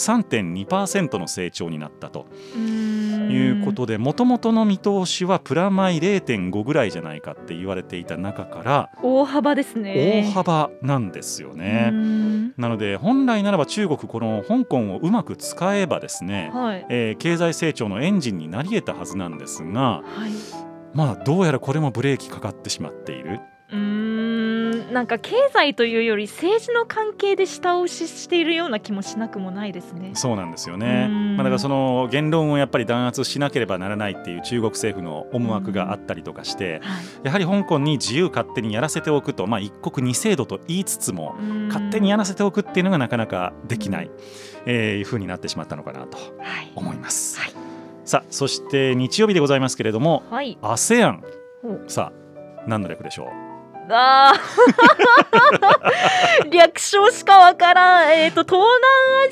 [SPEAKER 1] 3.2%の成長になったと
[SPEAKER 2] うーん
[SPEAKER 1] いうことでもともとの見通しはプラマイ0.5ぐらいじゃないかって言われていた中から
[SPEAKER 2] 大幅ですね
[SPEAKER 1] 大幅なんですよね。
[SPEAKER 2] うーん
[SPEAKER 1] なので本来ならば中国この香港をうまく使えばですね、
[SPEAKER 2] はい
[SPEAKER 1] えー経済成長のエンジンになり得たはずなんですが、
[SPEAKER 2] はい
[SPEAKER 1] まあ、どうやらこれもブレーキかかってしまっている、
[SPEAKER 2] うーんなんか経済というより政治の関係で下押ししているような気もしなくもないですね。
[SPEAKER 1] そうなんですよ
[SPEAKER 2] う
[SPEAKER 1] ね、
[SPEAKER 2] ん
[SPEAKER 1] まあ、だからその言論をやっぱり弾圧しなければならないっていう中国政府の思惑があったりとかして、
[SPEAKER 2] はい
[SPEAKER 1] やはり香港に自由勝手にやらせておくと、まあ、一国二制度と言いつつも、勝手にやらせておくっていうのがなかなかできない、えーいうふうになってしまったのかなと
[SPEAKER 2] はい
[SPEAKER 1] 思います。
[SPEAKER 2] はい
[SPEAKER 1] さあそして日曜日でございますけれども
[SPEAKER 2] はい
[SPEAKER 1] ASEAN
[SPEAKER 2] ほう
[SPEAKER 1] さあ何の略でしょう
[SPEAKER 2] あー 略称しかわからんえっ、と東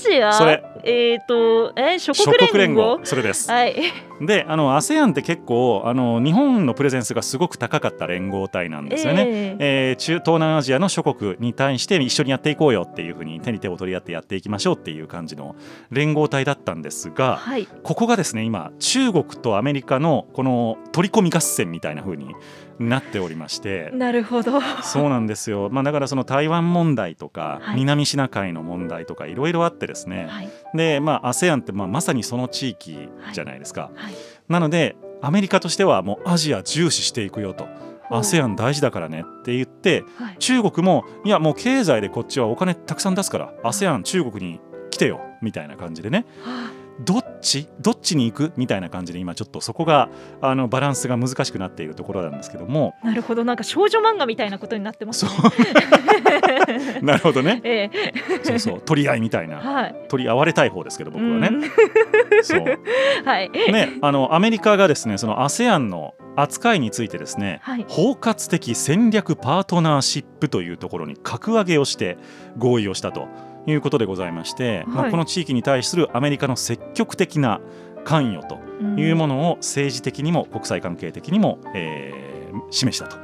[SPEAKER 2] 南アジア
[SPEAKER 1] それ
[SPEAKER 2] えっ、とえ諸
[SPEAKER 1] 諸
[SPEAKER 2] 国連合
[SPEAKER 1] 国連合それです、
[SPEAKER 2] はい
[SPEAKER 1] であの ASEAN って結構あの日本のプレゼンスがすごく高かった連合体なんですよね、
[SPEAKER 2] ええ
[SPEAKER 1] えー中東南アジアの諸国に対して一緒にやっていこうよっていうふうに手に手を取り合ってやっていきましょうっていう感じの連合体だったんですが
[SPEAKER 2] はい
[SPEAKER 1] ここがですね今中国とアメリカのこの取り込み合戦みたいな風になっておりまして
[SPEAKER 2] なるほどは
[SPEAKER 1] そうなんですよ、まあ、だからその台湾問題とか、
[SPEAKER 2] はい
[SPEAKER 1] 南シナ海の問題とかいろいろあってですね、
[SPEAKER 2] い
[SPEAKER 1] で、まあ、ASEAN ってまあまさにその地域じゃないですか、
[SPEAKER 2] はい
[SPEAKER 1] なのでアメリカとしてはもうアジア重視していくよと ASEAN 大事だからねって言って
[SPEAKER 2] はい
[SPEAKER 1] 中国もいやもう経済でこっちはお金たくさん出すから ASEAN 中国に来てよみたいな感じでね
[SPEAKER 2] あ
[SPEAKER 1] どっちどっちに行くみたいな感じで今ちょっとそこがあのバランスが難しくなっているところなんですけども
[SPEAKER 2] なるほどなんか少女漫画みたいなことになってま
[SPEAKER 1] そ
[SPEAKER 2] すね。
[SPEAKER 1] うなるほどね
[SPEAKER 2] ええ
[SPEAKER 1] そうそう取り合いみたいな
[SPEAKER 2] はい
[SPEAKER 1] 取り合われたい方ですけど僕はね。
[SPEAKER 2] ね。
[SPEAKER 1] そう
[SPEAKER 2] はい。
[SPEAKER 1] ね、あのアメリカがですねその ASEAN の扱いについてですね
[SPEAKER 2] はい。
[SPEAKER 1] 包括的戦略パートナーシップというところに格上げをして合意をしたということでございまして、
[SPEAKER 2] はい
[SPEAKER 1] まあこの地域に対するアメリカの積極的な関与というものを政治的にも国際関係的にも、えー示したと
[SPEAKER 2] は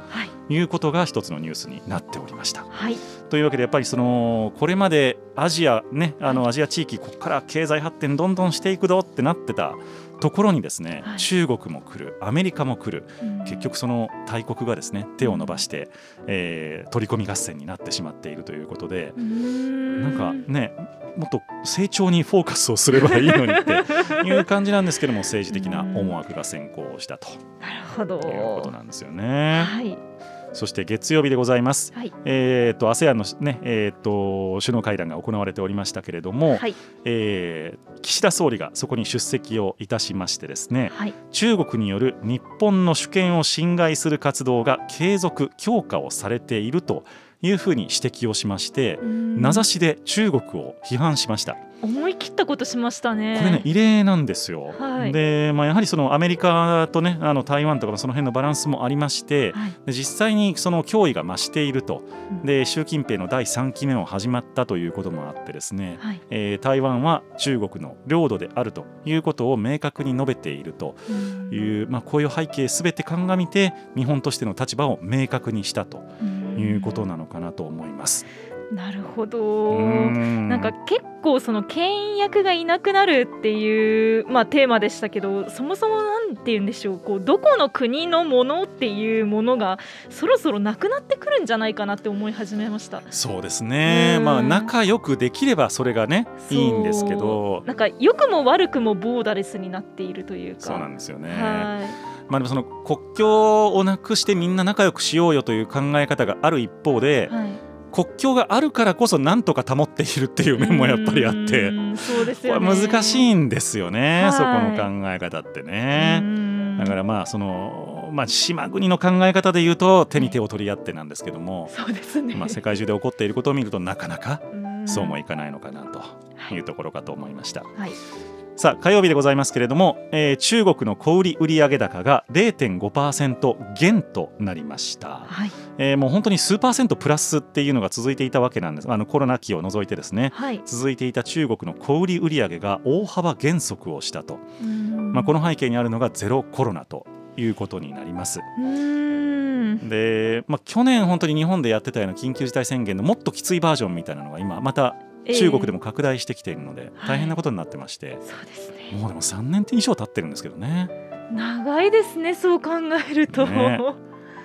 [SPEAKER 2] い
[SPEAKER 1] いうことが一つのニュースになっておりました。
[SPEAKER 2] はい
[SPEAKER 1] というわけでやっぱりそのこれまでアジアねあのアジア地域ここから経済発展どんどんしていくぞってなってたところにですね、
[SPEAKER 2] はい
[SPEAKER 1] 中国も来るアメリカも来る結局その大国がですね手を伸ばして、えー取り込み合戦になってしまっているということで
[SPEAKER 2] な
[SPEAKER 1] なんかねもっと成長にフォーカスをすればいいのにっていう感じなんですけども政治的な思惑が先行したと
[SPEAKER 2] なるほど
[SPEAKER 1] いうことなんですよね。
[SPEAKER 2] はい
[SPEAKER 1] そして月曜日でございます
[SPEAKER 2] はい
[SPEAKER 1] えー、と ASEAN の、ねえー、と首脳会談が行われておりましたけれども、
[SPEAKER 2] はい
[SPEAKER 1] えー岸田総理がそこに出席をいたしましてですね
[SPEAKER 2] はい
[SPEAKER 1] 中国による日本の主権を侵害する活動が継続強化をされているというふうに指摘をしまして名指
[SPEAKER 2] し
[SPEAKER 1] しで中国を批判しました。
[SPEAKER 2] 思い切ったことしましたね
[SPEAKER 1] これね異例なんですよ、
[SPEAKER 2] はい
[SPEAKER 1] でまあ、やはりそのアメリカと、ね、あの台湾とかその辺のバランスもありまして、
[SPEAKER 2] はい
[SPEAKER 1] で実際にその脅威が増していると
[SPEAKER 2] うん
[SPEAKER 1] で習近平の第3期目も始まったということもあってですね、
[SPEAKER 2] はい
[SPEAKER 1] えー台湾は中国の領土であるということを明確に述べていると
[SPEAKER 2] うん
[SPEAKER 1] いう、まあ、こういう背景すべて鑑みて日本としての立場を明確にしたということなのかなと思います。
[SPEAKER 2] なるほど
[SPEAKER 1] な
[SPEAKER 2] なんか結構その牽引役がいなくなるっていう、まあ、テーマでしたけどそもそもなんて言うんでしょうこうどこの国のものっていうものがそろそろなくなってくるんじゃないかなって思い始めました。
[SPEAKER 1] そうですね、
[SPEAKER 2] うん
[SPEAKER 1] まあ、仲良くできればそれがねいいんですけど
[SPEAKER 2] そう。なんか良くも悪くもボーダレスになっているというか
[SPEAKER 1] そうなんですよね、
[SPEAKER 2] は
[SPEAKER 1] まあ、でもその国境をなくしてみんな仲良くしようよという考え方がある一方で
[SPEAKER 2] い、、はい、
[SPEAKER 1] 国境があるからこそなんとか保っているっていう面もやっぱりあって
[SPEAKER 2] う。んそうです
[SPEAKER 1] これ
[SPEAKER 2] よね
[SPEAKER 1] 難しいんですよね、
[SPEAKER 2] はい
[SPEAKER 1] そこの考え方ってね。だから
[SPEAKER 2] ら
[SPEAKER 1] まあその、まあ、島国の考え方で言うと手に手を取り合ってなんですけども、
[SPEAKER 2] そうですね、
[SPEAKER 1] まあ、世界中で起こっていることを見るとなかなか
[SPEAKER 2] うん
[SPEAKER 1] そうもいかないのかなと
[SPEAKER 2] はいいう
[SPEAKER 1] ところかと思いました。
[SPEAKER 2] はい
[SPEAKER 1] さあ火曜日でございますけれども、えー中国の小売売上高が0.5%減となりました。
[SPEAKER 2] はい
[SPEAKER 1] えーもう本当に数パーセントプラスっていうのが続いていたわけなんですあのコロナ期を除いてですね
[SPEAKER 2] はい
[SPEAKER 1] 続いていた中国の小売売上が大幅減速をしたと、まあ、こ
[SPEAKER 2] の
[SPEAKER 1] の背景にあるのがゼロコロナということになります
[SPEAKER 2] うん
[SPEAKER 1] で、まあ、去年本当に日本でやってたような緊急事態宣言のもっときついバージョンみたいなのが今また中国でも拡大してきているので
[SPEAKER 2] はい
[SPEAKER 1] 大変なことになってまして、
[SPEAKER 2] そうです
[SPEAKER 1] も
[SPEAKER 2] ね
[SPEAKER 1] うでも3年以上経ってるんですけどね
[SPEAKER 2] 長いですねそう考えると、
[SPEAKER 1] ね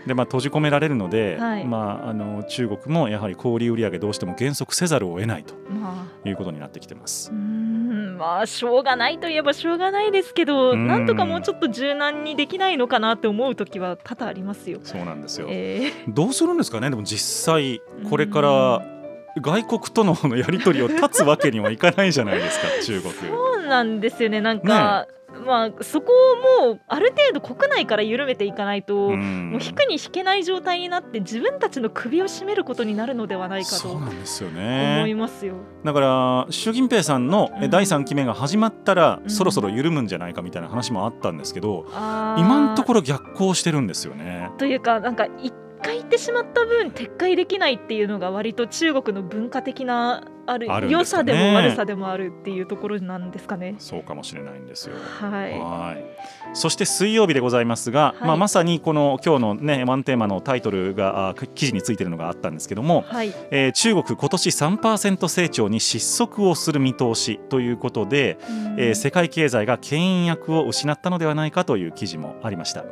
[SPEAKER 1] でまあ閉じ込められるので、
[SPEAKER 2] はい
[SPEAKER 1] まあ、あの中国もやはり小売売上どうしても減速せざるを得ないと
[SPEAKER 2] まあ
[SPEAKER 1] いうことになってきてます
[SPEAKER 2] うー。んまあしょうがないといえばしょうがないですけ
[SPEAKER 1] う
[SPEAKER 2] ど
[SPEAKER 1] ん
[SPEAKER 2] なんとかもうちょっと柔軟にできないのかなって思う時は多々ありますよ。
[SPEAKER 1] そうなんですよ。
[SPEAKER 2] え
[SPEAKER 1] どうするんですかね。でも実際これから外国とのやり取りを断つわけにはいかないじゃないですか。中国。
[SPEAKER 2] ーそうなんですよねなんか、まあそこをもうある程度国内から緩めていかないと、
[SPEAKER 1] ん
[SPEAKER 2] もう引くに引けない状態になって自分たちの首を絞めることになるのではないか
[SPEAKER 1] そう
[SPEAKER 2] と
[SPEAKER 1] なんですよ
[SPEAKER 2] 思い
[SPEAKER 1] ね。
[SPEAKER 2] ますよ。
[SPEAKER 1] だから習近平さんの
[SPEAKER 2] うん
[SPEAKER 1] 第三期目が始まったら、
[SPEAKER 2] うん
[SPEAKER 1] そろそろ緩むんじゃないかみたいな話もあったんですけど、
[SPEAKER 2] あー
[SPEAKER 1] 今のところ逆行してるんですよね。
[SPEAKER 2] というかなんか一回行ってしまった分撤回できないっていうのが割と中国の文化的なある
[SPEAKER 1] あるんですかね
[SPEAKER 2] 良さでも悪さでもあるっていうところなんですかね。
[SPEAKER 1] そうかもしれないんですよ。
[SPEAKER 2] は
[SPEAKER 1] はいそして水曜日でございますが、
[SPEAKER 2] はい
[SPEAKER 1] まあ、まさにこの今日の、ね、ワンテーマのタイトルがあ記事についてるのがあったんですけども
[SPEAKER 2] い、、はい、
[SPEAKER 1] えー中国、今年3%成長に失速をする見通しということで、えー世界経済が牽引役を失ったのではないかという記事もありました。
[SPEAKER 2] はい、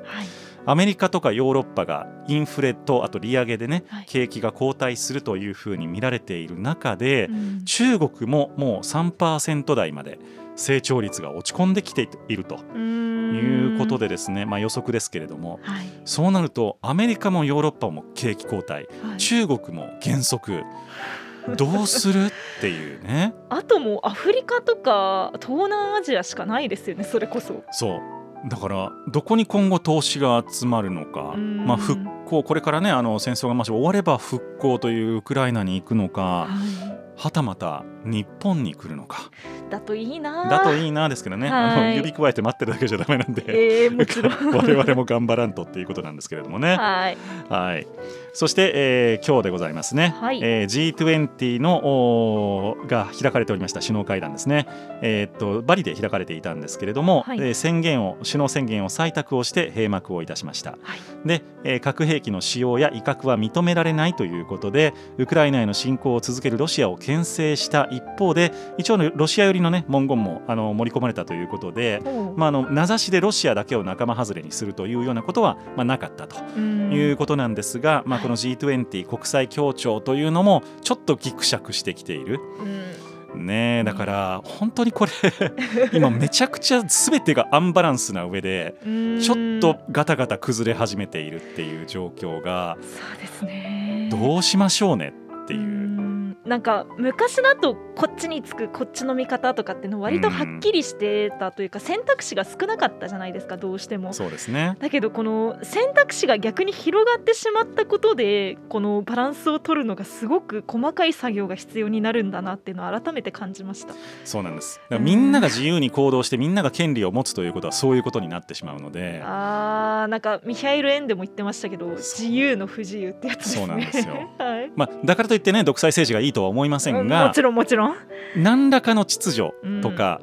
[SPEAKER 1] アメリカとかヨーロッパがインフレとあと利上げでね、
[SPEAKER 2] はい
[SPEAKER 1] 景気が後退するというふうに見られている中で、
[SPEAKER 2] うん
[SPEAKER 1] 中国ももう3%台まで成長率が落ち込んできているということ、でですね、まあ、予測ですけれども
[SPEAKER 2] うーんはい
[SPEAKER 1] そうなるとアメリカもヨーロッパも景気後退
[SPEAKER 2] はい、
[SPEAKER 1] 中国も減 速どうするっていうね
[SPEAKER 2] あともうアフリカとか東南アジアしかないですよねそれこそ。
[SPEAKER 1] そうだからどこに今後投資が集まるのか、
[SPEAKER 2] うん
[SPEAKER 1] まあ、復興これからねあの戦争がもし終われば復興というウクライナに行くのか
[SPEAKER 2] は
[SPEAKER 1] はたまた日本に来るのか
[SPEAKER 2] だといいな
[SPEAKER 1] だといいなですけどねあ
[SPEAKER 2] は
[SPEAKER 1] の
[SPEAKER 2] い
[SPEAKER 1] 指くわえて待ってるだけじゃダメなんで、
[SPEAKER 2] えー、もちろん
[SPEAKER 1] 我々も頑張らんとっていうことなんですけれどもね。
[SPEAKER 2] はい
[SPEAKER 1] はい、そして、えー今日でございますね、
[SPEAKER 2] はい
[SPEAKER 1] えー G20 のおーが開かれておりました首脳会談ですね、えーっとバリで開かれていたんですけれども、
[SPEAKER 2] はい
[SPEAKER 1] えー宣言を首脳宣言を採択をして閉幕をいたしました
[SPEAKER 2] はい
[SPEAKER 1] で、えー核兵器の使用や威嚇は認められないということでウクライナへの侵攻を続けるロシアを牽制した一方で一応のロシア寄りの、ね、文言もあの盛り込まれたということで、まあ、あの名指しでロシアだけを仲間外れにするというようなことは、まあ、なかったと。
[SPEAKER 2] うん
[SPEAKER 1] いうことなんですが、まあ、この G20 国際協調というのもちょっとギクシャクしてきている、
[SPEAKER 2] うん
[SPEAKER 1] ねえ、だから本当に これ今めちゃくちゃ全てがアンバランスな上で
[SPEAKER 2] うん
[SPEAKER 1] ちょっとガタガタ崩れ始めているっていう状況が
[SPEAKER 2] そうですね
[SPEAKER 1] どうしましょうねっていうう。
[SPEAKER 2] んなんか昔だとこっちにつくこっちの見方とかっていうの割とはっきりしてたというか選択肢が少なかったじゃないですかどうしても。
[SPEAKER 1] そうですね
[SPEAKER 2] だけどこの選択肢が逆に広がってしまったことでこのバランスを取るのがすごく細かい作業が必要になるんだなっていうのを改めて感じました。
[SPEAKER 1] そうなんですだからみんなが自由に行動してみんなが権利を持つということはそういうことになってしまうので
[SPEAKER 2] あーなんかミハイル・エンでも言ってましたけど
[SPEAKER 1] そう
[SPEAKER 2] 自由の不自由ってやつですね。
[SPEAKER 1] そうなんですよ
[SPEAKER 2] はい
[SPEAKER 1] まあ、だからといってね独裁政治がいいとは思いません
[SPEAKER 2] も
[SPEAKER 1] が
[SPEAKER 2] ちろんもちろん。
[SPEAKER 1] 何らかの秩序とか、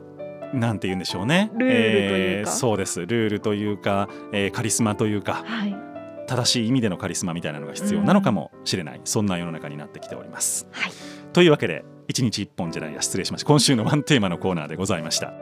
[SPEAKER 1] なんて言うんでしょうね
[SPEAKER 2] ルールとい
[SPEAKER 1] え
[SPEAKER 2] うか
[SPEAKER 1] ーそうですルールというか、えーカリスマというか
[SPEAKER 2] はい
[SPEAKER 1] 正しい意味でのカリスマみたいなのが必要なのかもしれない、そんな世の中になってきております。
[SPEAKER 2] はい
[SPEAKER 1] というわけで一日一本じゃないや失礼しました今週のワンテーマのコーナーでございました。